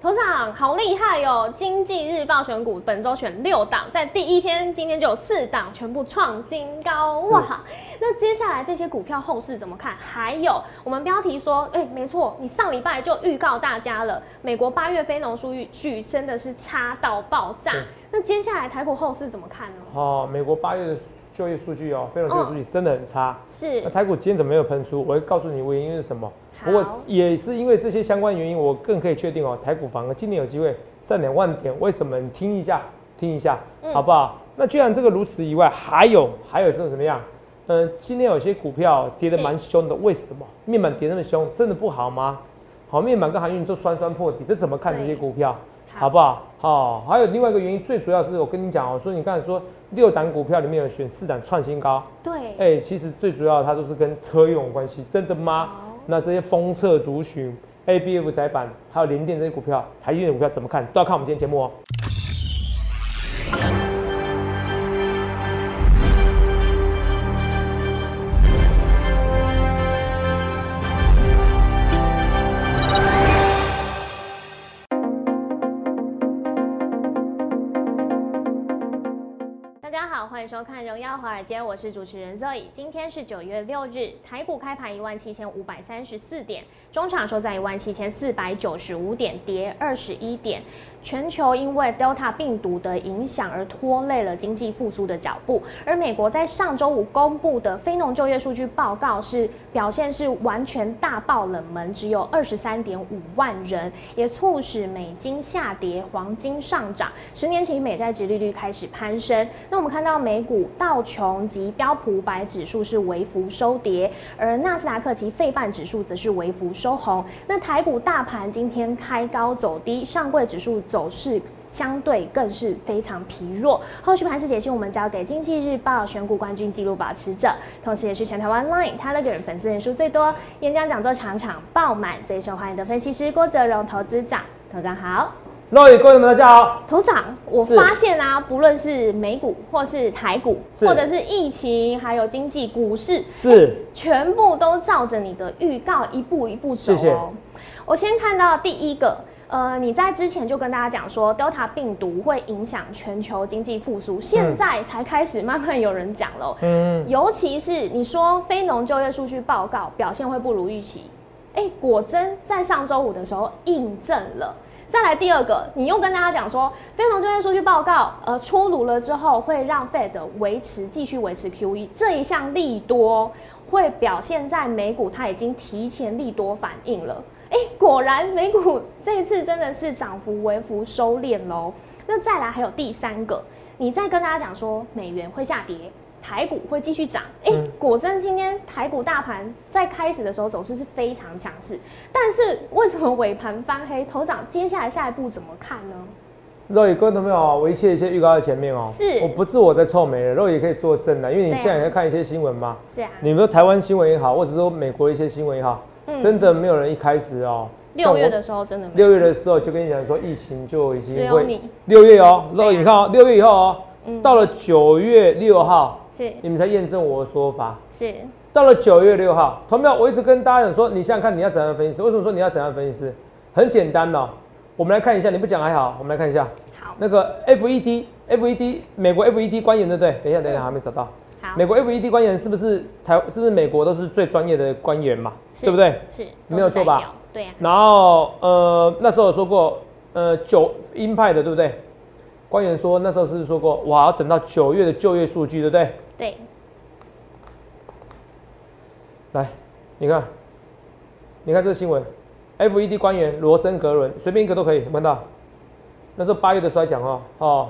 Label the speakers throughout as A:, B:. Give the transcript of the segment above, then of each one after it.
A: 头长好厉害哦！经济日报选股本周选六档，在第一天，今天就有四档全部创新高
B: 是
A: 哇！那接下来这些股票后市怎么看？还有我们标题说，哎、没错，你上礼拜就预告大家了，美国八月非农数据真的是差到爆炸
B: 对。
A: 那接下来台股后市怎么看呢？
B: 哦，美国八月的就业数据哦，非农就业数据真的很差。那
A: 是
B: 台股今天怎么没有喷出？我会告诉你原因是什么。不过
A: 好
B: 也是因为这些相关原因，我更可以确定哦，台股反而今年有机会上两万点。为什么？你听一下，听一下，
A: 嗯
B: 好不好？那既然这个如此以外，还有还有是怎么样？嗯、今天有些股票跌得
A: 是
B: 蛮凶的，为什么？面板跌那么凶，真的不好吗？好，面板跟航运都酸酸破底，这怎么看这些
A: 对
B: 股票？
A: 好
B: 好不好？好、还有另外一个原因，最主要是我跟你讲哦，说你刚才说六档股票里面有选四档创新高，
A: 对，
B: 哎、其实最主要它都是跟车用有关系，真的吗？
A: 好
B: 那这些封测族群、ABF 窄板，还有联电这些股票，台积电的股票怎么看？都要看我们今天节目哦。
A: 大家好，欢迎收看《荣耀华尔街》，我是主持人 Zoe。今天是九月六日，台股开盘一万七千五百三十四点，中场收在一万七千四百九十五点，跌二十一点。全球因为 Delta 病毒的影响而拖累了经济复苏的脚步，而美国在上周五公布的非农就业数据报告是表现是完全大爆冷门，只有二十三点五万人，也促使美金下跌，黄金上涨，十年期美债值利率开始攀升。那我们看到美股道琼及标普百指数是微幅收跌，而纳斯达克及费半指数则是微幅收红。那台股大盘今天开高走低，上柜指数走势。相对更是非常疲弱。后续盘势解析，我们交给《经济日报》选股冠军纪录保持者，同时也是全台湾 Line、Telegram 粉丝人数最多、演讲讲座场场爆满、最受欢迎的分析师郭哲荣投资长。投长好，
B: 各位观众们，大家好。
A: 头长，我
B: 是
A: 发现啊，不论是美股或是台股，
B: 是
A: 或者是疫情，还有经济股市，
B: 是
A: 全部都照着你的预告一步一步走哦。
B: 谢谢
A: 我先看到第一个，呃，你在之前就跟大家讲说，Delta 病毒会影响全球经济复苏，现在才开始慢慢有人讲哦喽。
B: 嗯，
A: 尤其是你说非农就业数据报告表现会不如预期，哎、果真在上周五的时候印证了。再来第二个，你又跟大家讲说，非农就业数据报告呃出炉了之后，会让 Fed 维持继续维持 QE 这一项利多会表现在美股，它已经提前利多反应了。哎、果然美股这一次真的是涨幅微幅收敛喽。那再来还有第三个，你再跟大家讲说美元会下跌，台股会继续涨。哎、
B: 嗯
A: 果真今天台股大盘在开始的时候走势是非常强势，但是为什么尾盘翻黑？头涨接下来下一步怎么看呢？
B: 肉眼各位朋友哦，我一切一切预告在前面哦。
A: 是
B: 我不是我在臭美了，肉眼可以作证的，因为你
A: 对啊
B: 现在也在看一些新闻嘛，
A: 是啊，
B: 你们说台湾新闻也好，或者说美国一些新闻也好，
A: 嗯
B: 真的没有人一开始哦，
A: 六月
B: 像我
A: 的时候真的没有，
B: 六月的时候就跟你讲说疫情就已
A: 只
B: 经
A: 有你
B: 六月哦，
A: 对啊
B: 肉眼你看哦，六月以后哦，
A: 嗯
B: 到了九月六号，
A: 是
B: 你们才验证我的说法。
A: 是
B: 到了九月六号，同票我一直跟大家讲说，你想想看你要怎样分析师？为什么说你要怎样分析师？很简单哦，我们来看一下，你不讲还好，我们来看一下
A: 好
B: 那个 E FED FED 美国 FED 官员对不对？等一下等一
A: 嗯
B: 下还没找到，
A: 好
B: 美国 FED 官员是不是台是不是美国都是最专业的官员嘛？
A: 是
B: 对不对？
A: 是
B: 没有错吧？
A: 都是代表对啊呀、
B: 然后呃那时候有说过，呃九鹰派的对不对？官员说那时候是说过，哇要等到九月的就业数据对不对？
A: 对，
B: 来，你看，你看这个新闻，FED 官员罗森格伦，随便一个都可以，有没有看到？那时候八月的时候还讲哦，哦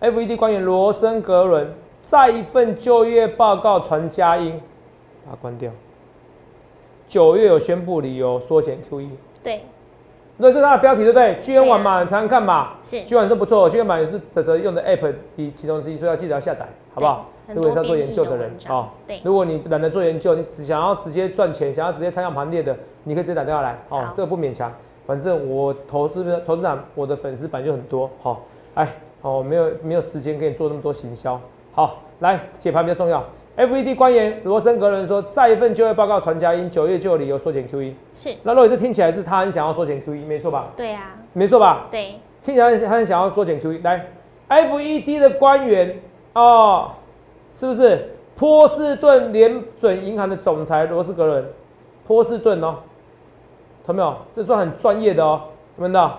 B: ，FED 官员罗森格伦在一份就业报告传佳音，把它关掉。九月有宣布理由缩减 E QE，
A: 对，
B: 那这是它的标题对不对？G N 网嘛，你常常看嘛，
A: 啊是
B: G N 是不错，G N 版也是泽泽用的 App 比其中之一，所以要记得要下载，好不好？
A: 对
B: 如果你是要做
A: 很多
B: 研究的
A: 编译的
B: 人
A: 文章
B: 哦
A: 对，
B: 如果你懒得做研究，你只想要直接赚钱，想要直接参加行列的，你可以直接打电话来哦
A: 好，
B: 这个不勉强。反正我投资投资长，我的粉丝版就很多，哦好、哎，哦，没有没有时间给你做那么多行销，好，来解盘比较重要。 FED 官员罗森格伦说，再一份就业报告传佳音，九月就有理由缩减 E QE。
A: 是，
B: 那肉眼这听起来是他很想要缩减 QE，没错吧？
A: 对啊，
B: 没错吧？
A: 对，
B: 听起来他很想要缩减 QE。来，FED 的官员哦，是不是波士顿联准银行的总裁罗斯格伦？波士顿哦，看到没有？这算很专业的哦，有没有看到？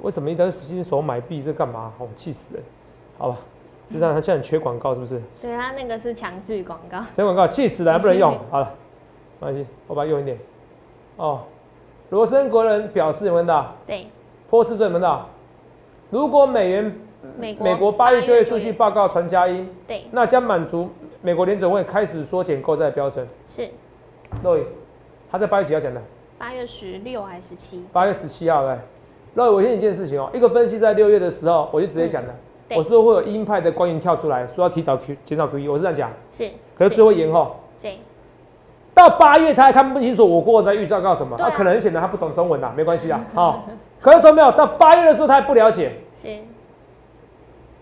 B: 为什么一直新手买币？这干嘛？好气死人！好吧，就让他现在很缺广告是不是？
A: 对他那个是强制广告，
B: 这广告气死了，不能用。好了，没关系，我把它用一点。哦，罗森格伦表示，有没有看到？
A: 对，
B: 波士顿门道，如果美元
A: 美国
B: 呃美国八月就业数据，报告传佳音，
A: 对，
B: 那将满足美国联准会开始缩减购债标准。
A: 是
B: 肉眼，他在八月几号讲的？
A: 八月十六还是十七？
B: 八月十七号哎。肉眼，我先一件事情哦、一个分析在六月的时候，我就直接讲了，
A: 嗯对
B: 我说会有鹰派的官员跳出来说要提早 Q 减少 QE，我是这样讲，
A: 是，
B: 可是最后延后。
A: 对，
B: 到八月他还看不清楚我国人在预兆告什么，
A: 对啊
B: 啊可能显得他不懂中文啦，没关系啦，好、可是都没有，到八月的时候他还不了解，
A: 是，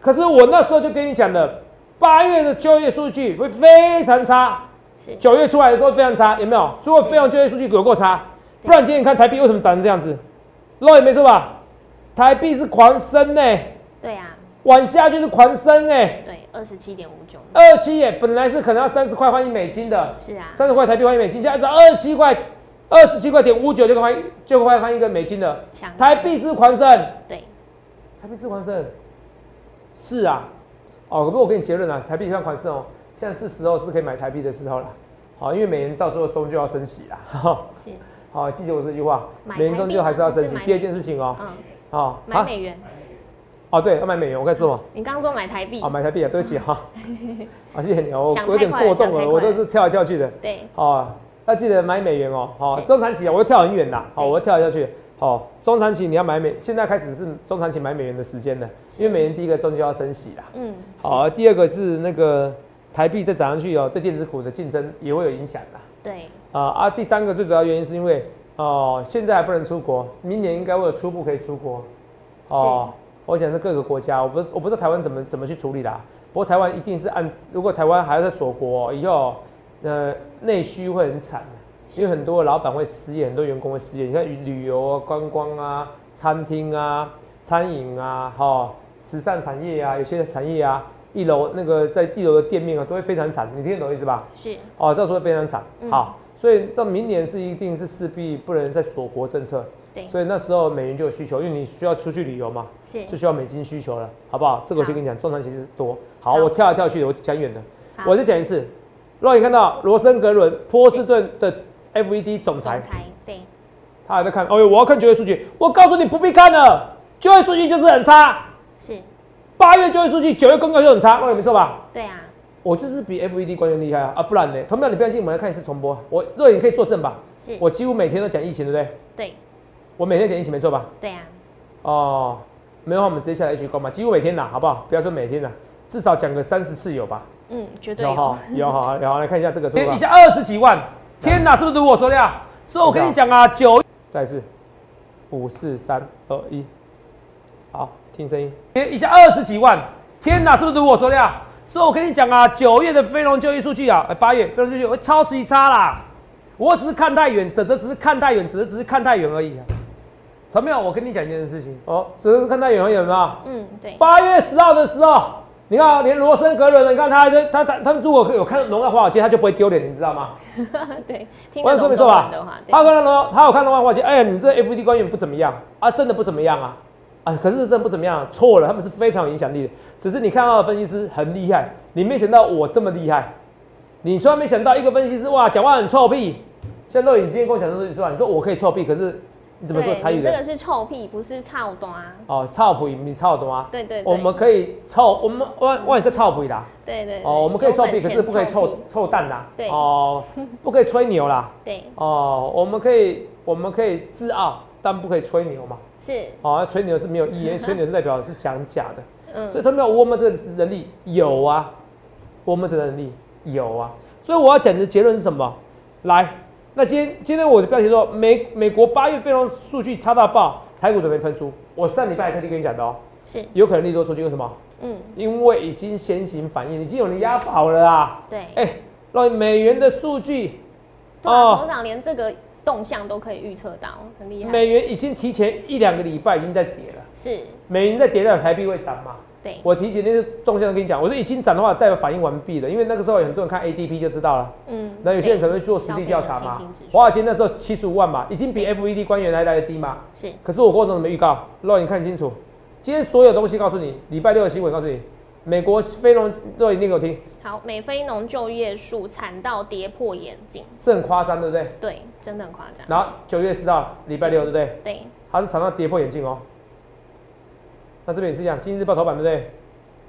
B: 可是我那时候就跟你讲了，八月的就业数据会非常差，
A: 是，
B: 九月出来的时候非常差，有没有？如果非常就业数据有够差，
A: 对
B: 不然今天你看台币为什么涨成这样子？肉眼没错吧？台币是狂升呢、
A: 对啊，
B: 往下就是狂升呢、
A: 对，二十七点五九，
B: 二七也本来是可能要三十块换一美金的，
A: 是啊，
B: 三十块台币换一美金，现在只要二十七块，二十七块点五九就可以换一就可以换一个美金的，
A: 强，
B: 台币是不是狂升。
A: 对，
B: 台币是狂升，是啊，哦，不过我跟你结论啊，台币算狂升哦，现在是时候是可以买台币的时候了，好，因为美元到最后终究要升息啦，
A: 是，
B: 好，记住我这句话，
A: 买
B: 美元终究还是要升息
A: 台币啊还。是买
B: 第二件事情哦，
A: 嗯，
B: 好，
A: 买美元，
B: 哦，对，要买美元，我该说什么？
A: 你刚刚说买台币
B: 啊，，买台币啊，对不 起哈，啊，谢谢你哦，
A: 想
B: 我有点
A: 太快了
B: 过动
A: 想太
B: 了，
A: 快
B: 我都是跳来跳去的，
A: 对，
B: 哦，要记得买美元哦，哦
A: 是，
B: 中长期啊，我又跳很远啦，哦，
A: 对
B: 我又跳来跳去。哦，中长期你要买美，现在开始是中长期买美元的时间了，因为美元第一个终究要升息啦。
A: 嗯，
B: 好，第二个是那个台币再涨上去哦，对电子股的竞争也会有影响啦。
A: 对，
B: 啊啊，第三个最主要原因是因为哦，现在还不能出国，明年应该会有初步可以出国。哦，我想是各个国家，我不我不知道台湾怎么怎么去处理啦。不过台湾一定是按，如果台湾还要在锁国、以后呃内需会很惨，因为很多老板会失业，很多员工会失业。你看旅旅游啊、观光啊、餐厅啊、餐饮啊、哈、时尚产业啊，有些产业啊，一楼那个在一楼的店面啊，都会非常惨。你听得懂意思吧？
A: 是，
B: 哦，到时候会非常惨。
A: 嗯
B: 好，所以到明年是一定是势必不能再锁国政策，
A: 对，
B: 所以那时候美元就有需求，因为你需要出去旅游嘛，
A: 是
B: 就，需要美金需求了，好不好？这个我先跟你讲，中长期是多。好，
A: 好
B: 我跳来跳去的，我讲远了，
A: 好
B: 我再讲一次。如果你看到罗森格伦波士顿的 FED 总裁
A: 总，裁，对，
B: 他还在看，哦呦，我要看就业数据，我告诉你不必看了，就业数据就是很差，
A: 是，
B: 八月就业数据，九月公告就很差，我也没错吧？
A: 对啊，
B: 我就是比 FED 官员厉害啊啊，不然呢？同样，你不相信，我们来看一次重播。我若你可以作证吧？
A: 是，
B: 我几乎每天都讲疫情，对不对？
A: 对，
B: 我每天讲疫情没错吧？
A: 对啊，
B: 哦，没有的话，我们直接下来一起攻嘛，几乎每天啦，好不好？不要说每天啦，至少讲个三十次有吧？
A: 嗯，绝对
B: 有哈
A: 有，，
B: 有哈， 有哈，来看一下这个
C: 跌
B: 吧
C: 一下二十几万，天哪，是不是如我说的呀？所以我跟你讲啊，九
B: 再一次，五四三二一，好，听声音。
C: 跌一下二十几万，天哪，是不是如我说的呀？所以我跟你讲啊，九月的非农就业数据啊，呃八月非农就业会超级差啦。我只是看太远，整这只是看太远，只是只是看太远而已、啊。同没有？我跟你讲一件事情，
B: 哦，只是看到有没有没有？
A: 嗯，对，
B: 八月十号的时候，你看啊连罗森格伦，你看他还在他他他们如果有看龙华华尔街，他就不会丢脸，你知道吗？
A: 对，听
B: 我
A: 得
B: 说
A: 懂
B: 没
A: 中
B: 错吧
A: 文的话，？
B: 他
A: 对，
B: 看到龙，他有看龙华华尔街，哎、呀，你这 FD 官员不怎么样啊，真的不怎么样啊，啊，可是真的不怎么样、啊，错了，他们是非常有影响力的，只是你看到的分析师很厉害，你没想到我这么厉害，你突然没想到一个分析师哇，讲话很臭屁，像肉影今天跟我讲说，你说你说我可以臭屁，可是你怎么说
A: 对
B: 台语
A: 你这
B: 的？
A: 个是臭屁，不是操短啊，
B: 哦，臭屁，你臭懂啊？
A: 对对，对
B: 我们可以臭，我们我我也是臭屁啦。
A: 对对对
B: 哦，我们可以臭屁，
A: 有本
B: 可
A: 钱
B: 是不可以臭
A: 屁
B: 臭蛋啦。
A: 对
B: 哦，不可以吹牛啦。
A: 对，
B: 哦，我们可以我们可以自傲，但不可以吹牛嘛。
A: 是，
B: 哦，吹牛是没有意 义，因为吹牛是代表是讲假的。
A: 嗯，
B: 所以他们要我们这个能力有啊，我们这个能力有啊。所以我要讲的结论是什么？来，那今天今天我的标题说美美国八月非农数据差到爆，台股准备喷出。我上礼拜还特地跟你讲的哦，
A: 是，
B: 有可能利多出去，为什么？
A: 嗯，
B: 因为已经先行反应，已经有人押宝了啊！
A: 对，
B: 哎、那美元的数据，
A: 对啊，
B: 哦
A: 头场连这个动向都可以预测到，很厉害。
B: 美元已经提前一两个礼拜已经在跌了，
A: 是，
B: 美元在跌代表台币会涨嘛？
A: 对，
B: 我提前那个动向跟你讲，我说已经涨的话，代表反应完毕了，因为那个时候很多人看 ADP 就知道了。
A: 嗯，
B: 那有些人可
A: 对
B: 能会做实地调查
A: 消费者
B: 嘛
A: 信心指。数
B: 华尔街那时候七十五万嘛，已经比 FED 官员还来的低嘛。
A: 是
B: 可是我过程怎么预告？让你看清楚。今天所有东西告诉你，礼拜六的新闻告诉你，美国非农若你念给我听，
A: 好，美非农就业数惨到跌破眼镜，
B: 是很夸张，对不对？
A: 对，真的很夸张。
B: 然后九月四号，礼拜六，对不对？
A: 对，
B: 它是常常跌破眼镜哦。那这边也是一样，《经济日报》头版，对不对？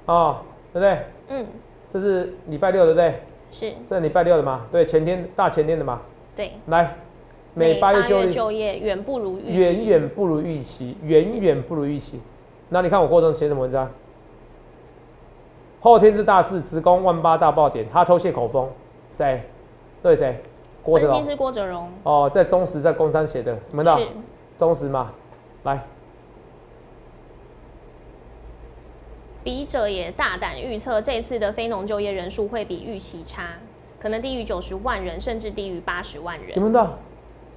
B: 哦，对不对？
A: 嗯，
B: 这是礼拜六，对不对？
A: 是，
B: 这礼拜六的嘛，对，前天大前天的嘛。
A: 对，
B: 来，美八月就
A: 月
B: 日
A: 就业远不如预期，
B: 远远不如预期，远远不如预期。那你看我过程写什么文章？后天是大事，职工万八大爆点，他偷泄口风，谁？对谁？郭
A: 分
B: 德
A: 析
B: 纲。
A: 师郭哲荣，
B: 哦，在中时，在工商写的，你们的
A: 是
B: 中时嘛，来，
A: 笔者也大胆预测，这次的非农就业人数会比预期差，可能低于九十万人，甚至低于八十万
B: 你
A: 人。
B: 们的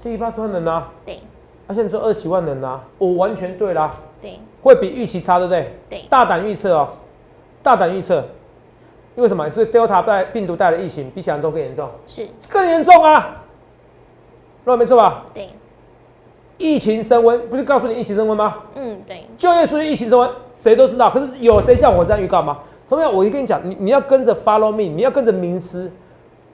B: 第八十万人啊，
A: 对，
B: 他、现在做二十万人啊，我完全对啦，
A: 对，
B: 会比预期差，对不对？
A: 对，
B: 大胆预测哦，大胆预测，因为什么？是 Delta 带病毒带来的疫情比想象中更严重，
A: 是，
B: 更严重啊，那没错吧？
A: 对，
B: 疫情升温，不是告诉你疫情升温吗？
A: 嗯，对，
B: 就业数据疫情升温，谁都知道。可是有谁像我这样预告吗？同样，我跟你讲，你你要跟着 follow me，你要跟着名师。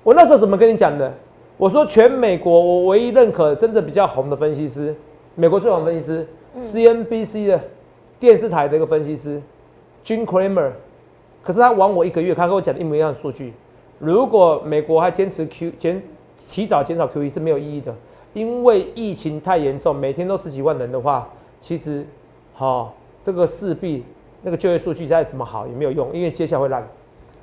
B: 我那时候怎么跟你讲的？我说全美国我唯一认可真的比较红的分析师，美国最红的分析师、CNBC 的电视台的一个分析师 Jim Cramer，可是他晚我一个月，他跟我讲的一模一样的数据。如果美国还坚持 Q 减提早减少 QE 是没有意义的，因为疫情太严重，每天都十几万人的话，其实好、这个势必那个就业数据再怎么好也没有用，因为接下来会烂。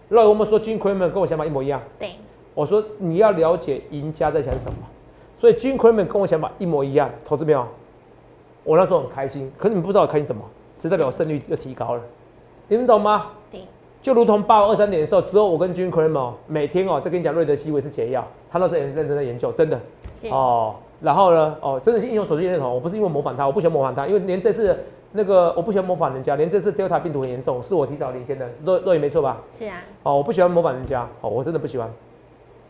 B: 那我们说金奎们跟我想法一模一样，
A: 对，
B: 我说你要了解赢家在想什么，所以金奎们跟我想法一模一样，投资没有？我那时候很开心，可你们不知道我开心什么，只代表我胜率又提高了，你们懂吗？
A: 对，
B: 就如同八五二三年的时候，只有我跟君 c r a m 每天哦在跟你讲瑞德西韦是解药，他那时候也很认真的研究，真的
A: 是，
B: 哦。然后呢，哦，真的是英雄所见略同。我不是因为模仿他，我不喜欢模仿他，因为连这次那个我不喜欢模仿人家，连这次 Delta 病毒很严重，是我提早领先的，若若也没错吧？
A: 是啊，
B: 哦，我不喜欢模仿人家，哦，我真的不喜欢。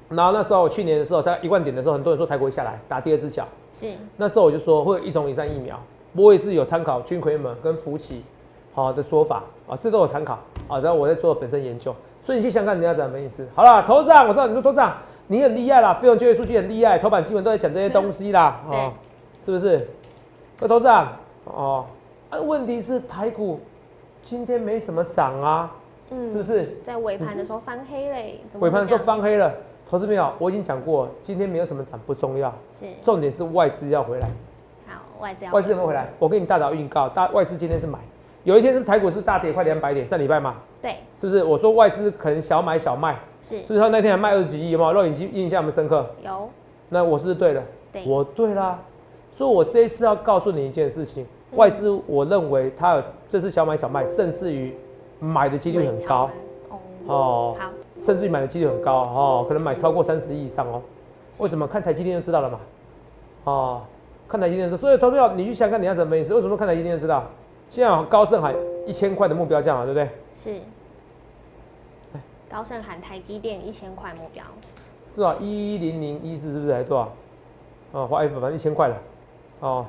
B: 然后那时候我去年的时候，在一万点的时候，很多人说台股会下来，打第二只脚。
A: 是，
B: 那时候我就说会有一种以上疫苗，我也是有参考军魁们跟福奇好的说法啊，这都有参考啊，然后我在做本身研究，所以你去想看人家怎么分析师。好了，头长，我知道你说头长你很厉害啦，非农就业数据很厉害，头版新闻都在讲这些东西啦，
A: 对
B: 哦，是不是？那头长哦，啊，问题是台股今天没什么涨啊，是不
A: 嗯，
B: 是？
A: 在尾盘的时候翻黑嘞，嗯怎么
B: 尾
A: 会
B: 盘
A: 这
B: 说
A: 样
B: 翻黑了，投资朋友，我已经讲过了，今天没有什么涨不重要，
A: 是，
B: 重点是外资要回来。
A: 好，外资要
B: 外资有没有回来？我给你大早预告，大外资今天是买，有一天是台股是大跌快两百点，上礼拜嘛，
A: 对，
B: 是不是？我说外资可能小买小卖，
A: 是
B: 是不是？他那天还卖二十几亿，有没有？肉眼睛印象有没有深刻？
A: 有，
B: 那我是不是对了？
A: 对，
B: 我对啦。所以我这一次要告诉你一件事情，
A: 嗯
B: 外资我认为它有这次小买小卖，甚至于买的几率很高
A: 哦，
B: 哦，
A: 好，
B: 甚至于买的几率很高哦，可能买超过三十亿以上哦。为什么？看台积电就知道了嘛。哦，看台积电就知道所以投票你去想看你要怎么分析，为什么看台积电就知道？现在有高盛海一千块的目标价嘛，对不对？
A: 是。
B: 哎
A: 高盛喊台积电一千块目标，
B: 是啊，一零零一四是不是还多少？哦，华 F 反正一千块了。哦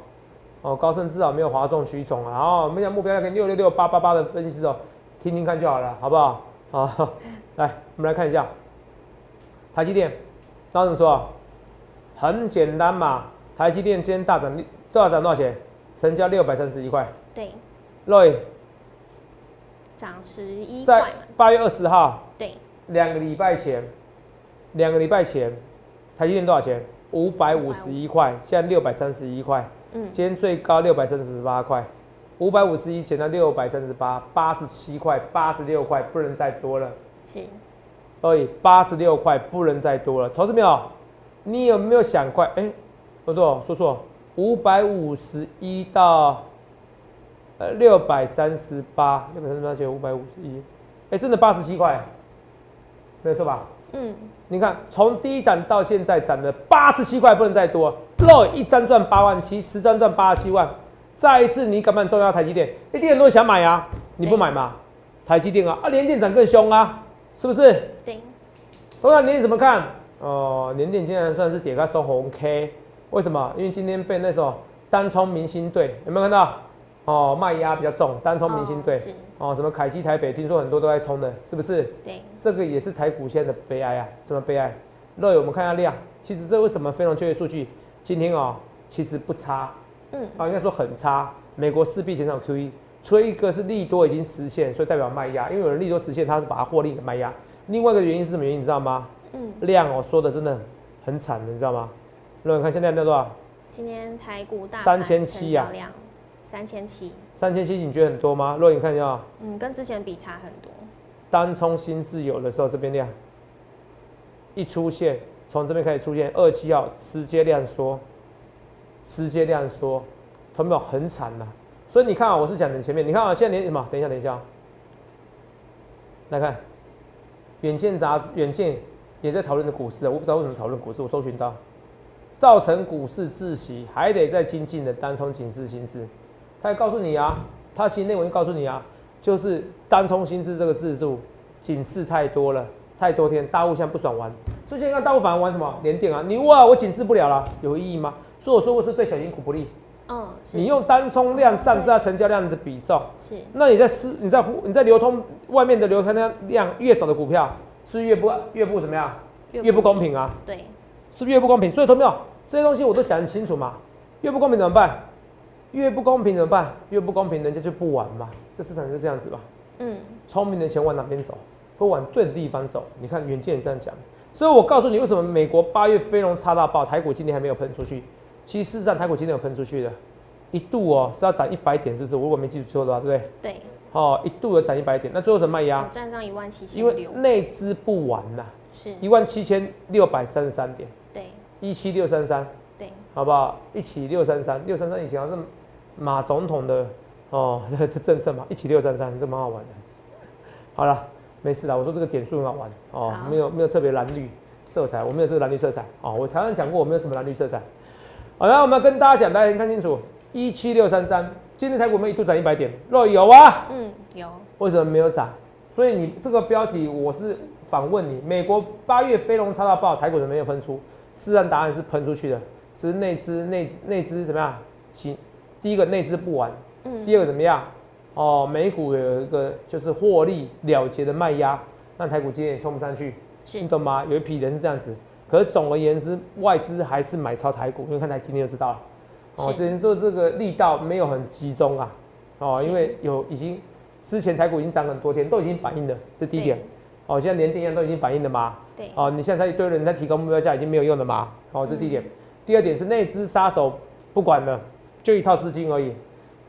B: 哦，高盛至少没有哗众取宠啊。然后我们讲目标要给六六六八八八的分析哦，听听看就好了，好不好？好， 来我们来看一下台积电，然后怎么说啊？很简单嘛，台积电今天大涨，多少涨多少钱？成交六百三十一块。
A: 对，
B: Roy
A: 涨十一
B: 在
A: 块嘛，
B: 八月二十号，
A: 对，
B: 两个礼拜前，两个礼拜前，台积电多少钱？五百五十一块，现在六百三十一块，
A: 嗯，
B: 今天最高六百三十八块，五百五十一减到六百三十八，八十七块，八十六块，不能再多了，
A: 是，
B: 所以八十六块不能再多了。投资没有？你有没有想快？哎、多少？说错，五百五十一到呃，六百三十八，六百三十八减五百五十一，哎，真的八十七块，没有错吧？
A: 嗯，
B: 你看，从低档到现在涨了八十七块，不能再多。肉一张赚八万七，十张赚八十七万。再一次，你敢不敢重要台积电？一定很多人想买啊，你不买嘛？台积电啊，啊，联电涨更凶啊，是不是？
A: 对，
B: 董事长，你怎么看？哦、联电竟然算是跌开收红 K，为什么？因为今天被那首单冲明星队有没有看到？哦，卖压比较重，单冲明星队
A: 哦是
B: 哦，什么凯基台北，听说很多都在冲的，是不是？
A: 对，
B: 这个也是台股现在的悲哀啊！什么悲哀？乐友，我们看一下量，其实这为什么非农就业数据今天哦，其实不差
A: 嗯，
B: 啊，应该说很差。美国势必减少 QE，除了 E，一个是利多已经实现，所以代表卖压，因为有人利多实现，他是把它获利的卖压。另外一个原因是什么原因？你知道吗？
A: 嗯，
B: 量哦，说的真的很惨的，你知道吗？乐友，你看现在那多少？
A: 今天台股大
B: 3700呀
A: 量三千七，
B: 三千七，你觉得很多吗？乐友，你看一下哦，
A: 嗯，跟之前比差很多，
B: 单冲新自由的时候，这边量一出现，从这边开始出现二七号直接量缩，直接量缩，同没有很惨呐、所以你看啊，我是讲你前面，你看啊，现在连什么？等一下，等一下、啊，来看《远见》杂志，《远见》也在讨论的股市啊，我不知道为什么讨论股市，我搜寻到，造成股市窒息，还得再精进的单冲警示心智。他也告诉你啊，他其实内文就告诉你啊，就是单冲心智这个制度警示太多了，太多天，大户现在不爽玩，所以现在看大户反而玩什么连电啊，你哇我警示不了了，有意义吗？所以我说过是对小型股不利，
A: 嗯，是
B: 你用单冲量占它成交量的比重，
A: 是
B: 那你在私你在你在流通外面的流通量量越少的股票，是越不越不怎么样，越不公，平啊。
A: 对，
B: 是不是越不公平？所以，投票这些东西我都讲得清楚嘛。越不公平怎么办？越不公平怎么办？越不公平，人家就不玩嘛。这市场就这样子吧。
A: 嗯，
B: 聪明的钱往哪边走，会往对的地方走。你看远见也这样讲，所以我告诉你，为什么美国八月非农差到爆，台股今天还没有喷出去？其实事实上，台股今天有喷出去的，一度哦是要涨一百点，是不是？我如果没记错的话，对不对？
A: 对，
B: 哦，一度有涨一百点，那最后怎么卖压
A: 我？站上一万七千
B: 因为
A: 六，
B: 内资不玩呐、
A: 是
B: 一，万七千六百三十三点，
A: 对
B: 一七六三三。
A: 对，
B: 好不好？一起六三三，六三三以前好像是马总统的哦 的政策嘛，一起六三三，这蛮好玩的。好了，没事啦，我说这个点数很好玩哦
A: 好，
B: 没有没有特别蓝绿色彩，我没有这个蓝绿色彩哦，我常常讲过我没有什么蓝绿色彩。好了，我们要跟大家讲，大家先看清楚，一七六三三，今天台股我们一度涨一百点，若有啊，
A: 嗯，有，
B: 为什么没有涨？所以你这个标题我是反问你，美国八月飞龙差到爆，台股怎么没有喷出？事实上答案是喷出去的，只是内资内内资怎么样？其第一个内资不玩，
A: 嗯，
B: 第二个怎么样？哦，美股有一个就是获利了结的卖压，让台股今天也冲不上去，
A: 是
B: 你懂吗？有一批人是这样子，可是总而言之，外资还是买超台股，因为看台今天就知道了。哦，
A: 是
B: 只能说这个力道没有很集中啊，哦，
A: 是
B: 因为有已经之前台股已经涨很多天，都已经反映了，这第一点
A: 对。
B: 哦，现在连电一样都已经反映了嘛，
A: 对，
B: 哦，你现在一堆人在提高目标价已经没有用了嘛？哦，这第一点。
A: 嗯
B: 第二点是内资杀手不管了，就一套资金而已。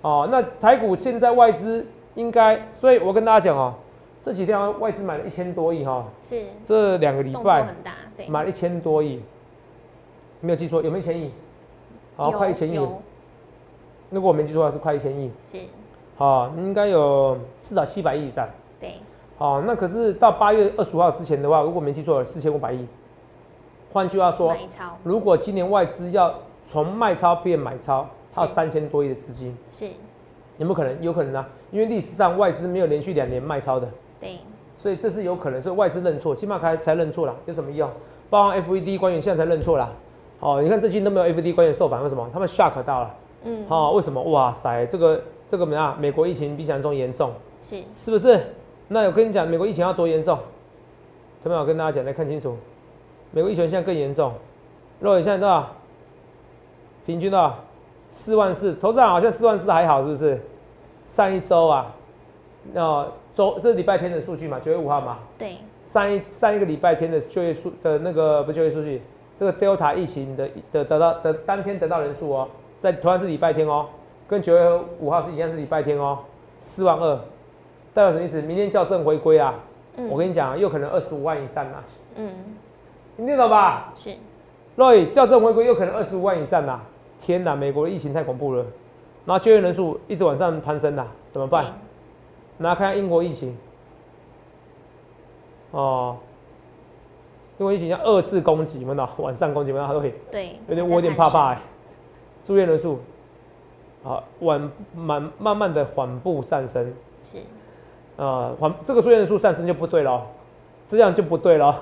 B: 哦，那台股现在外资应该，所以我跟大家讲哦，这几天好像外资买了一千多亿哈、哦，
A: 是
B: 这两个礼
A: 动作
B: 拜
A: 很大，对，
B: 买了一千多亿，没有记错，有没有一千亿？好，
A: 有
B: 快一千亿了。
A: 有
B: 如果我没记错，的话是快一千亿。
A: 是，
B: 好、应该有至少七百亿以上。
A: 对，
B: 哦，那可是到八月二十五号之前的话，如果没记错，有四千五百亿。换句话说，
A: 买超
B: 如果今年外资要从卖超变买超，它有
A: 是
B: 三千多亿的资金，
A: 是，
B: 有没有可能？有可能啊，因为历史上外资没有连续两年卖超的，
A: 对，
B: 所以这是有可能。所以外资认错，起码才才认错啦，有什么用？包含 FED 官员现在才认错啦。哦，你看最近都没有 FED 官员受访，为什么？他们 shock 到了。
A: 嗯，
B: 哦，为什么？哇塞，这个这个怎么样？美国疫情比想象中严重。
A: 是，
B: 是不是？那我跟你讲，美国疫情要多严重？有没有跟大家讲？来看清楚，美国疫情现在更严重。肉眼现在多少？平均多少？四万四。头上好像四万四还好，是不是？上一周啊，那、周这是礼拜天的数据嘛，九月五号嘛，
A: 对，
B: 上一上一个礼拜天的就业数的那个不是就业数据，这个 Delta 疫情的的得到的当天得到人数哦，在同样是礼拜天哦，跟九月五号是一样是礼拜天哦，四万二，代表什么意思？明天校正回归啊！
A: 嗯，
B: 我跟你讲、啊，有可能二十五万以上啊，
A: 嗯，
B: 你听懂吧
A: 是，
B: ？Roy，校正回归有可能二十五万以上啊！天哪，美国的疫情太恐怖了，然后就业人数一直往上攀升啦，啊怎么办
A: 对？
B: 然后看看英国疫情，哦，英国疫情要二次攻击，有没有看到？晚上攻击，有没有看到？对，
A: 对，
B: 有点
A: 在
B: 我有点
A: 看
B: 怕
A: 谁
B: 怕哎、住院人数，好，缓慢慢慢的缓步上升，
A: 是，
B: 啊，缓这个住院人数上升就不对了哦，这样就不对了哦。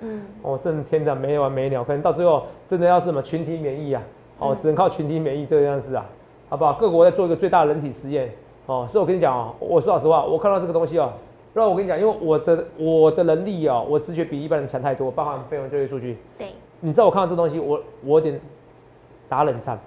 A: 嗯，
B: 哦，真的天哪，没完没了，可能到最后真的要是什么群体免疫啊，哦，
A: 嗯
B: 只能靠群体免疫这个样子啊，好不好？各国在做一个最大的人体实验，哦，所以我跟你讲哦，我说老实话，我看到这个东西哦，让我跟你讲，因为我的我的能力哦，我直觉比一般人强太多，包含非农就业数据，
A: 对，
B: 你知道我看到这东西，我我有点打冷战。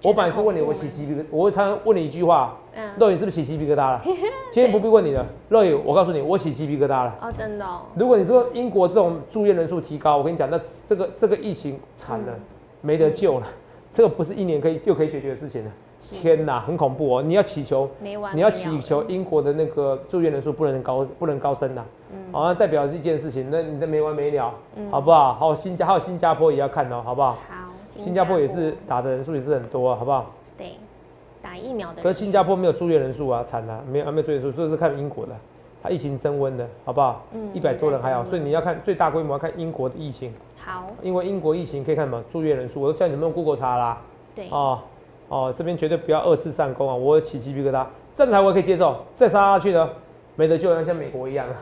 A: 觉得
B: 我本来是问你，
A: 恐怖
B: 我
A: 吗
B: 起鸡皮疙，我常问你一句话，
A: 嗯，
B: 肉眼是不是起鸡皮疙 瘩了？今天不必问你了，肉眼，我告诉你，我起鸡皮疙瘩了。
A: 哦，真的哦，
B: 如果你说英国这种住院人数提高，我跟你讲，那这个这个疫情惨了，
A: 嗯
B: 没得救了，这个不是一年可以又可以解决的事情了。
A: 是
B: 天哪，很恐怖哦！你要祈求，
A: 没完，
B: 你要祈，求英国的那个住院人数不能高不能高升呐、
A: 嗯
B: 好、像代表是一件事情，那你的没完没了，
A: 嗯
B: 好不好？还有新加还有新加坡也要看哦，好不好？
A: 好，
B: 新加坡也是，打的人数也是很多、啊，好不好？
A: 对，打疫苗的人数，
B: 可是新加坡没有住院人数啊，惨了、没有没有住院人数，这是看英国的，它疫情增温的，好不好？
A: 嗯
B: 一百多人还好，
A: 一百多人
B: 所以你要看最大规模要看英国的疫情，
A: 好，
B: 因为英国疫情可以看什么住院人数，我都叫你们用 Google 查啦。
A: 对，
B: 哦哦，这边绝对不要二次上攻啊，我有起鸡皮疙瘩，站台我也可以接受，再杀下去呢，没得救，要像美国一样啊。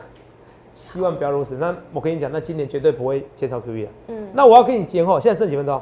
B: 希望不要如此。那我跟你讲，那今年绝对不会减少 QE 啊。
A: 嗯，
B: 那我要跟你讲哦，现在剩几分钟？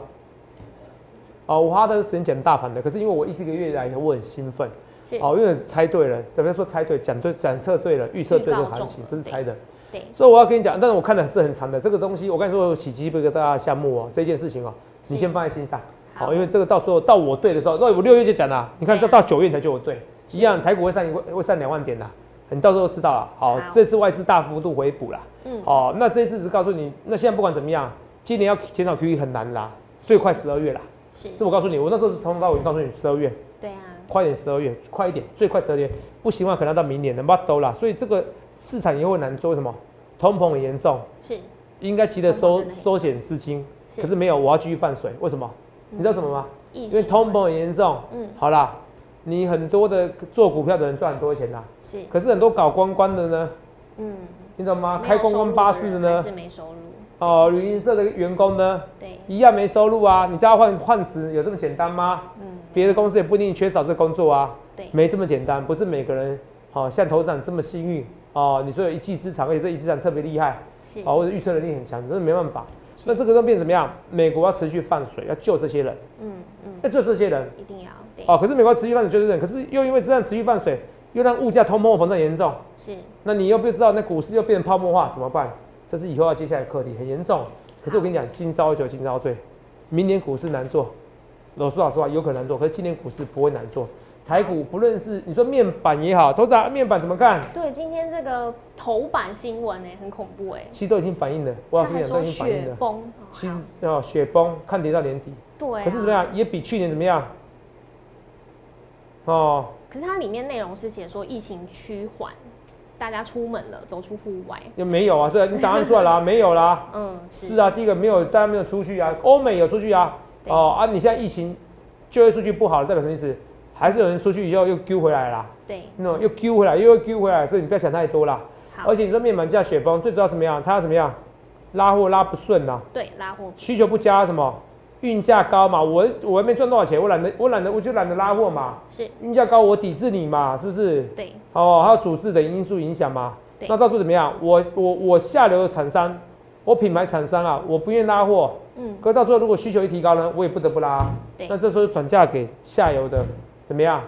B: 哦，我花的时间讲大盘的，可是因为我一这个月来我很兴奋，
A: 是，
B: 哦，因为猜对了，怎么样说猜对，讲对，讲测对了，预测对
A: 预告
B: 这
A: 中
B: 个行情
A: 了，
B: 不是猜的。
A: 对，
B: 所以我要跟你讲，但是我看的是很长的这个东西，我跟你说有起鸡皮疙瘩的项目哦，这件事情哦，你
A: 是
B: 先放在心上，好、
A: 好
B: 因为这个到时候到我对的时候，那我六月就讲啦，你看
A: 对
B: 这
A: 啊
B: 到九月才就我对，一样台股会上一会会上两万点啦，你到时候知道了。好，
A: 好
B: 这次外资大幅度回补啦，
A: 嗯，
B: 哦，那这一次只告诉你，那现在不管怎么样，今年要减少 QE 很难啦，最快十二月啦，
A: 是
B: 是，我告诉你，我那时候从头到尾就告诉你十二月，
A: 对啊，
B: 快点十二月，快一点，最快十二月，不行的话可能要到明年的，不都啦。所以这个市场也会难做，为什么？通膨很严重，
A: 是，
B: 应该急着
A: 通膨
B: 收
A: 真的很
B: 缩减资金，
A: 是
B: 可是没有，我要继续放水，为什么？你知道什么吗？
A: 疫
B: 因
A: 情
B: 为通膨很严重，
A: 嗯
B: 好啦，你很多的做股票的人赚很多钱啦，
A: 是，
B: 可是很多搞观光的呢，
A: 嗯，
B: 你懂吗？
A: 没有
B: 啊开观
A: 收入
B: 光
A: 的
B: 巴士的
A: 人
B: 呢
A: 还，是没收入，
B: 哦、旅行社的员工呢，
A: 对，
B: 一样没收入啊，你叫他换换职有这么简单吗？
A: 嗯，
B: 别的公司也不一定缺少这工作啊，
A: 对
B: 没这么简单，不是每个人好、像头长这么幸运哦。你说有一技之长，而且这一技之长特别厉害
A: 是，
B: 哦，或者预测能力很强，这是没办法。
A: 是
B: 那这个都变成怎么样？美国要持续放水，要救这些人，
A: 嗯嗯，
B: 要救这些人
A: 一定要，对，
B: 哦。可是美国持续放水救这些人，可是又因为这样持续放水，又让物价通货膨胀严重，
A: 是，
B: 那你又不知道那股市又变成泡沫化怎么办？这是以后要接下来的课题，很严重。可是我跟你讲，今朝有酒今朝醉，明年股市难做。我说老实话，有可能难做，可是今年股市不会难做。台股不论是你说面板也好，投资面板怎么看，
A: 对，今天这个头版新闻呢，很恐怖哎，
B: 其实都已经反映了。我老
A: 他
B: 实
A: 还
B: 讲，都
A: 说
B: 已经反映
A: 雪
B: 了。
A: 崩，哦
B: 其实
A: 好
B: 哦，雪崩看跌到年底，
A: 对，啊
B: 可是怎么？样，也比去年怎么样？哦，
A: 可是它里面内容是写说疫情趋缓，大家出门了，走出户外。
B: 也没有啊，对啊，你答案出来啦，没有啦。
A: 嗯，
B: 是，啊，第一个没有，大家没有出去啊，欧美有出去啊，
A: 对
B: 哦啊，你现在疫情就业数据不好，代表什么意思？还是有人出去以后又丢回来啦，
A: 对，
B: 那又丢回来，又又丢回来，所以你不要想太多啦。
A: 好
B: 而，且你说面板价雪崩，最主要怎么样？它要怎么样？拉货拉不顺啦、
A: 对，拉货，
B: 需求不佳，什么运价高嘛？我我还没赚多少钱，我懒得我懒得我就懒得拉货嘛，
A: 是，
B: 运价高我抵制你嘛，是不是？
A: 对，
B: 哦，还有组织的因素影响嘛。
A: 对
B: 那到时候怎么样？我我我下游的厂商，我品牌厂商啊，我不愿意拉货，
A: 嗯，
B: 可到最后如果需求一提高呢，我也不得不拉啊。
A: 对
B: 那这时候就转嫁给下游的怎么样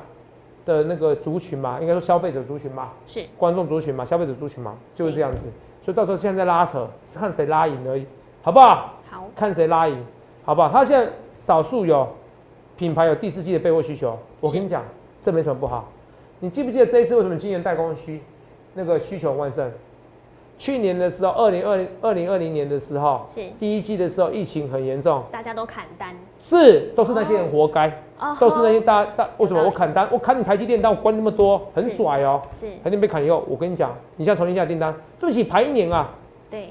B: 的那个族群嘛，应该说消费者族群嘛，
A: 是，
B: 观众族群嘛，消费者族群嘛，就是
A: 对
B: 这样子。所以到时候现在拉扯是看谁拉赢而已，好不好？
A: 好，
B: 看谁拉赢，好不好？他现在少数有品牌有第四季的备货需求，我跟你讲，这没什么不好。你记不记得这一次为什么今年代工需那个需求很旺盛？去年的时候，二零二零二零二零年的时候，
A: 是，
B: 第一季的时候疫情很严重，
A: 大家都砍单，
B: 是都是那些人活该，
A: 哦
B: 都是那些大大为什么
A: 有道理
B: 我砍单？我砍你台积电，但我管那么多，很
A: 是
B: 拽哦。
A: 是，
B: 台积电被砍以后，我跟你讲，你现在重新下订单，对不起，排一年啊，
A: 对，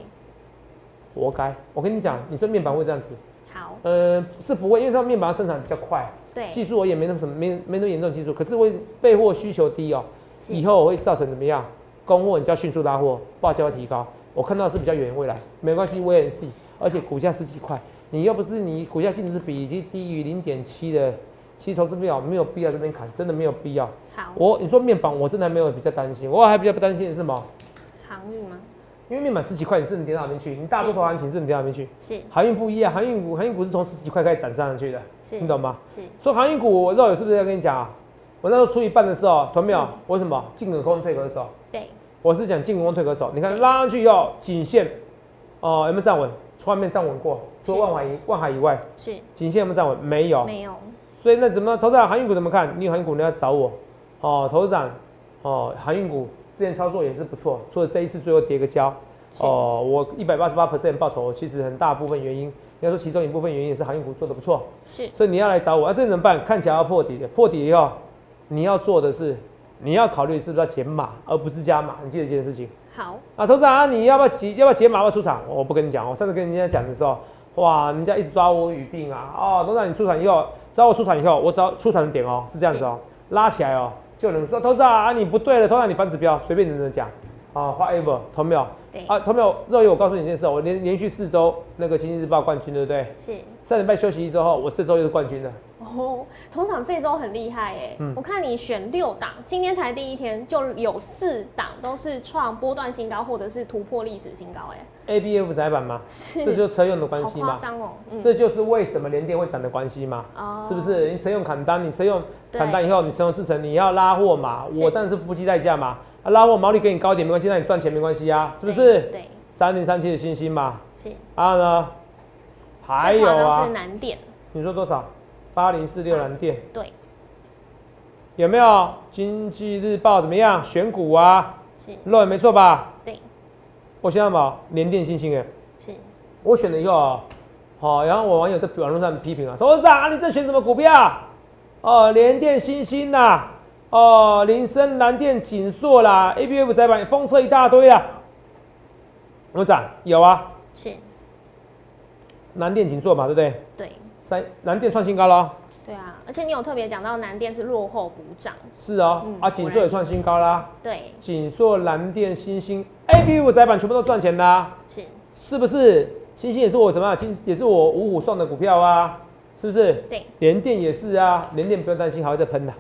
B: 活该。我跟你讲，你说面板会这样子，
A: 好，
B: 呃，是不会，因为它面板生产比较快，
A: 对
B: 技术我也没那么什么，没没那么严重的技术，可是会备货需求低哦，
A: 是
B: 以后会造成怎么样？供货你就要迅速拉货，报价会提高。我看到是比较远的未来，没关系，我也是，而且股价十几块，你要不是你股价净值比已经低于零点七的，其实投资票没有必要在这边砍，真的没有必要。
A: 好，
B: 我你说面板，我真的还没有比较担心，我还比较不担心的是什么？
A: 航运吗？
B: 因为面板十几块，你是能跌到哪边去？你大多头行情是能跌到哪边去？
A: 是
B: 航运不一样，航运股航运股是从十几块开始涨上去的，
A: 是
B: 你懂吗？
A: 是，
B: 说航运股，我肉友是不是在跟你讲啊？我那时候出一半的时候，团
A: 嗯
B: 没有？我什么进可攻退可守？
A: 对，
B: 我是讲进可攻退可守。你看
A: 对
B: 拉上去以后，颈线哦、有没有站稳？从来没有站稳过，除了
A: 是
B: 万海以万海以外，
A: 是
B: 颈线有没有站稳？没有。
A: 没有
B: 所以那怎么投资长航运股怎么看？你有航运股你要找我哦，投资长哦，航运股之前操作也是不错，除了这一次最后跌个跤
A: 是
B: 哦，我一百八十八 percent 报酬，其实很大部分原因，应该说其中一部分原因也是航运股做的不错，
A: 是
B: 所以你要来找我，啊，这怎么办？看起来要破底的，破底以后你要做的是，你要考虑是不是要减码，而不是加码，你记得这件事情。
A: 好，
B: 啊，投资长、啊，你要不要解要不要解码要不要出场？我不跟你讲，我上次跟人家讲的时候，哇，人家一直抓我语病啊，哦，董事长你出场以后，找我出场以后，我找出场的点哦，是这样子哦，拉起来哦，就有人说投资长啊，你不对了，投资长你反指标，随便你怎么讲啊，whatever，同没有？
A: 对，
B: 啊，同没有？肉友，我告诉你一件事哦，我连连续四周那个《经济日报》冠军，对不对？
A: 是。
B: 上礼拜休息一周后，我这周又是冠军了。
A: 哦，通常这周很厉害哎、
B: 嗯
A: 我看你选六档，今天才第一天就有四档都是创波段新高或者是突破历史新高哎、
B: A B F 窄板嘛，
A: 是
B: 这就是车用的关
A: 好
B: 系
A: 夸
B: 嘛，
A: 张哦，嗯，
B: 这就是为什么联电会涨的关系嘛。
A: 哦
B: 是不？是？你车用砍单，你车用
A: 对
B: 砍单以后，你车用制成，你要拉货嘛？
A: 是
B: 我当然是不计代价嘛。啊、拉货毛利给你高一点没关系，让你赚钱没关系啊，是
A: 对
B: 不是？
A: 对，
B: 三零三七的星星嘛，
A: 是。
B: 啊呢，还有
A: 最夸张
B: 啊
A: 是，南电，
B: 你说多少？八零四六蓝电
A: 对，
B: 有没有？经济日报怎么样？选股啊，
A: 是，
B: 肉也没错吧？
A: 对，
B: 我想想吧，联电星星哎、
A: 是，
B: 我选了以后啊，好、然后我网友在网络上批评啊，董事长啊，你在选什么股票？哦，联电、新星呐、哦，林森、南电、锦硕啦，ABF 窄板封测一大堆啦。董事长有啊，
A: 是，
B: 南电、锦硕嘛，对不对？
A: 对，
B: 三南电创新高了，
A: 对啊。而且你有特别讲到南电是落后补涨，
B: 是哦，
A: 嗯
B: 啊，锦硕也创新高啦，
A: 对，
B: 锦硕、蓝电、新星、ABF 窄板全部都赚钱啦、
A: 是，
B: 是不是？星星也是我怎么样？今也是我五虎送的股票啊，是不是？
A: 对，
B: 联电也是啊，联电不用担心，还会再喷的。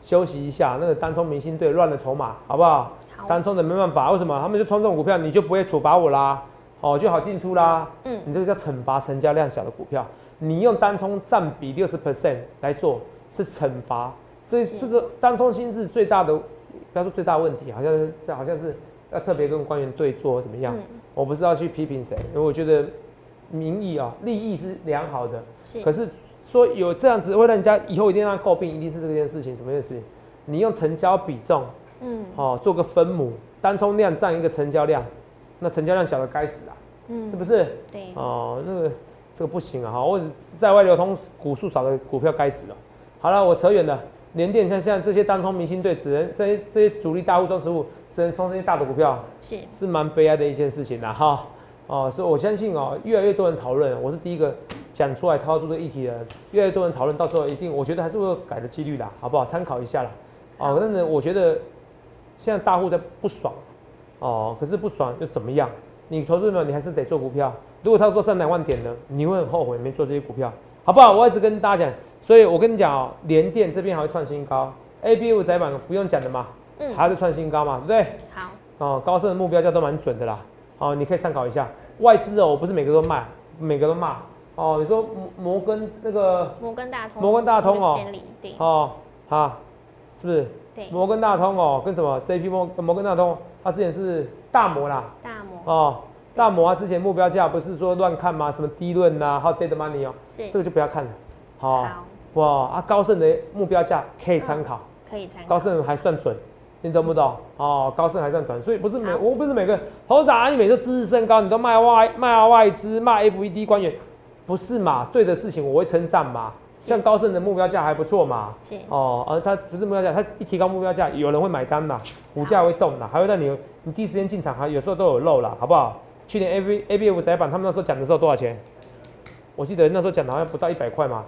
B: 休息一下，那个单冲明星队乱了筹码，好不好？
A: 好
B: 单冲的没办法，为什么？他们就冲这种股票，你就不会处罚我啦，哦，就好进出啦。
A: 嗯，
B: 你这个叫惩罚成交量小的股票，你用单冲占比六十 percent 来做是惩罚，这
A: 是
B: 这个单冲心智最大的，不要说最大问题，好像是这好像是要特别跟官员对坐怎么样？
A: 嗯，
B: 我不是要去批评谁，因为我觉得民意啊、利益是良好的，
A: 是，
B: 可是说有这样子会让人家以后一定让他诟病，一定是这件事情什么件事情？你用成交比重
A: 嗯
B: 哦做个分母，单冲量占一个成交量，那成交量小的该死啊，
A: 嗯，
B: 是不是？
A: 对，
B: 哦，那个这个不行啊，哈，我在外流通股数少的股票该死哦。好了，我扯远了。联电像像这些单冲明星队，只能这些这些主力大户、中实户，只能冲这些大的股票，
A: 是，
B: 是蛮悲哀的一件事情啦，哈。哦，所以我相信哦，越来越多人讨论，我是第一个讲出来掏出这个议题的人，越来越多人讨论，到时候一定，我觉得还是会有改的几率啦，好不好？参考一下啦。哦，但是我觉得现在大户在不爽，哦，可是不爽又怎么样？你投资没有，你还是得做股票。如果他说上两万点呢，你会很后悔没做这些股票，好不好？我一直跟大家讲，所以我跟你讲哦，联电这边还会创新高，A B F 窄板不用讲的嘛，
A: 嗯，
B: 还是创新高嘛，对不对？
A: 好，
B: 哦，高盛的目标价都蛮准的啦。哦，你可以参考一下。外资哦，我不是每个都卖，每个都骂。哦，你说摩摩根那个
A: 摩根大通，
B: 摩根大通哦
A: Morgan Stanley，对，
B: 哦啊，是不是
A: 对，
B: 摩根大通哦？跟什么 JP 摩摩根大通，它之前是大摩啦。
A: 大摩
B: 哦，大摩它之前目标价不是说乱看吗？什么低论呐、还有 dead money 哦，
A: 是
B: 这，个就不要看了。好、
A: 好，
B: 哇啊，高盛的目标价可以参考。
A: 可以参考
B: 高，盛还算准，你懂不懂？哦，高盛还算准，所以不是每
A: 好
B: 我不是每个头长啊，你每次知识升高，你都卖外卖外资，卖 FED 官员，不是嘛？对的事情我会称赞嘛，
A: 是
B: 像高盛的目标价还不错嘛。
A: 是，
B: 哦，而、它不是目标价，它一提高目标价，有人会买单啦，股价会动啦，还会让你你第一时间进场，还有时候都有漏啦，好不好？去年 A B A B F 窄板他们那时候讲的时候多少钱？我记得那时候讲的好像不到一百块嘛，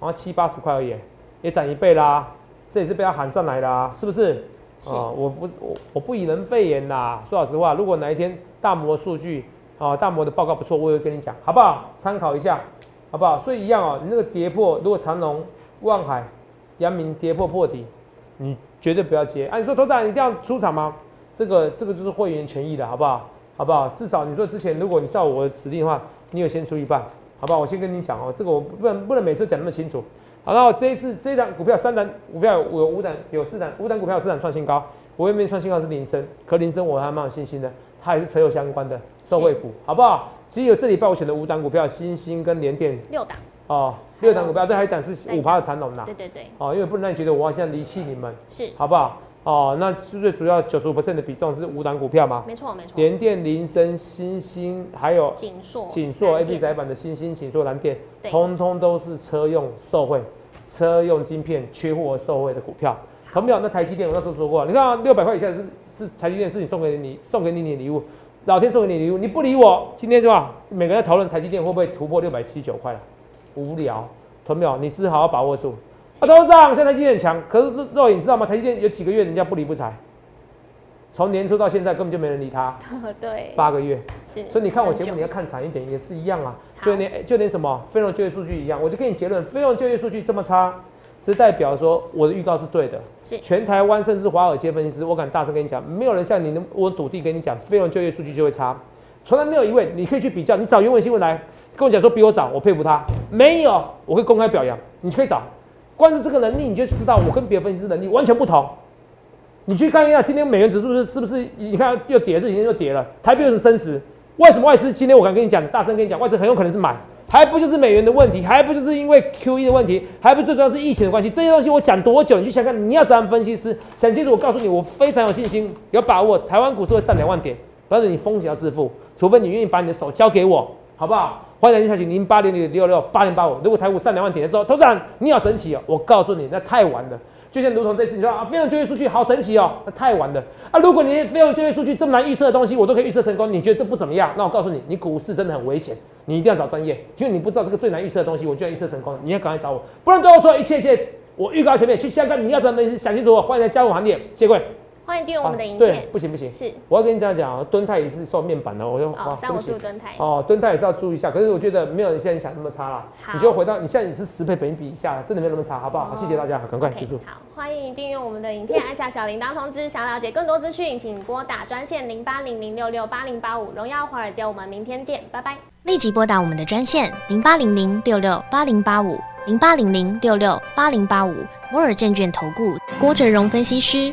B: 好像七八十块而已，也涨一倍啦，这也是被他喊上来的啊，是不是？啊、
A: 是
B: 我不我我不以人废言啦。说老实话，如果哪一天大摩数据啊、大摩的报告不错，我也会跟你讲，好不好？参考一下，好不好？所以一样哦，你那个跌破，如果长隆、万海、阳明跌破破底，你绝对不要接。啊，你说头长一定要出场吗？这个这个就是会员权益的，好不好？好不好？至少你说之前，如果你照我的指令的话，你有先出一半，好不好？我先跟你讲哦，这个我不能不能每次讲那么清楚。好，然后这一次这一档股票三档股票有五档有四档五档股票有四档创新高，我也没创新高是林森，可林森我还蛮有信心的，它也是持有相关的受惠股，好不好？其实有这礼拜我选的五档股票，星星跟联电
A: 六档，
B: 哦，六档股票，这还有一档是五趴的长龙啦
A: 对，对对，
B: 哦，因为不能让你觉得我好像离弃你们，
A: 是，
B: 好不好？哦，那最主要九十五的比重是五档股票嘛，
A: 没错没错，
B: 联电、林森、星星，还有
A: 锦硕，
B: 锦硕
A: 南
B: A
A: 哦电
B: B 载板的星星、锦硕蓝电，
A: 对
B: 通通都是车用受惠、车用晶片缺货受惠的股票。朋友，那台积电我那时候说过，你看啊六百块以下是是台积电是你送给你送给你你的礼物，老天送给你的礼物，你不理我，今天就吧？每个人在讨论台积电会不会突破六百七九块了，无聊。朋友，你是好好把握住。啊，董事长，现在台积电很强，可是肉眼你知道吗？台积电有几个月人家不理不睬，从年初到现在根本就没人理他，
A: 对，
B: 八个月。
A: 是，
B: 所以你看我节目，
A: 很
B: 你
A: 久
B: 要看长一点，也是一样啊。
A: 好
B: 就连就连什么非农就业数据一样，我就跟你结论，非农就业数据这么差，是代表说我的预告是对的。
A: 是
B: 全台湾甚至华尔街分析师，我敢大声跟你讲，没有人像你那么，我笃定跟你讲，非农就业数据就会差，从来没有一位。你可以去比较，你找原文新闻来跟我讲说比我早，我佩服他。没有，我会公开表扬，你可以找。光是这个能力，你就知道我跟别的分析师能力完全不同。你去看一下今天美元指数是是不是？你看又跌，这几天又跌了。台币为什么升值？为什么外资今天我敢跟你讲，大声跟你讲，外资很有可能是买，还不就是美元的问题，还不就是因为 Q E 的问题，还不最主要是疫情的关系。这些东西我讲多久？你去想看，你要当分析师，想清楚。我告诉你，我非常有信心，有把握，台湾股市会上两万点。但是你风险要自负，除非你愿意把你的手交给我，好不好？欢迎来电下去零八零零六六八零八五。如果台股上两万点的时候，头长你好神奇哦！我告诉你，那太晚了。就像如同这次你说啊，非农就业数据好神奇哦，那太晚了啊！如果你连非农就业数据这么难预测的东西，我都可以预测成功，你觉得这不怎么样？那我告诉你，你股市真的很危险，你一定要找专业，因为你不知道这个最难预测的东西，我居然预测成功了，你要赶快找我，不然都要错，一切一切，我预告前面去下看你要怎么想清楚哦，欢迎来加入我行列，谢谢各位。
A: 欢迎订阅我们的影
B: 对
A: 片，，
B: 不行不行，
A: 是，
B: 我要跟你这样讲哦，敦泰也是受面板的，我就
A: 哦，三
B: 对
A: 五
B: 不起
A: 十五吨台，
B: 哦，蹲泰也是要注意一下，可是我觉得没有你现在想那么差啦。
A: 好
B: 你就回到你现在你是十倍本益比以下了，真的没有那么差，好不好？好谢谢大家，赶快
A: OK，
B: 结束。
A: 好，欢迎订阅我们的影片，按下小铃铛通知。想了解更多资讯，请拨打专线零八零零六六八零八五。荣耀华尔街，我们明天见，拜拜。
D: 立即拨打我们的专线零八零零六六八零八五零八零零六六八零八五摩尔证券投顾郭哲荣分析师。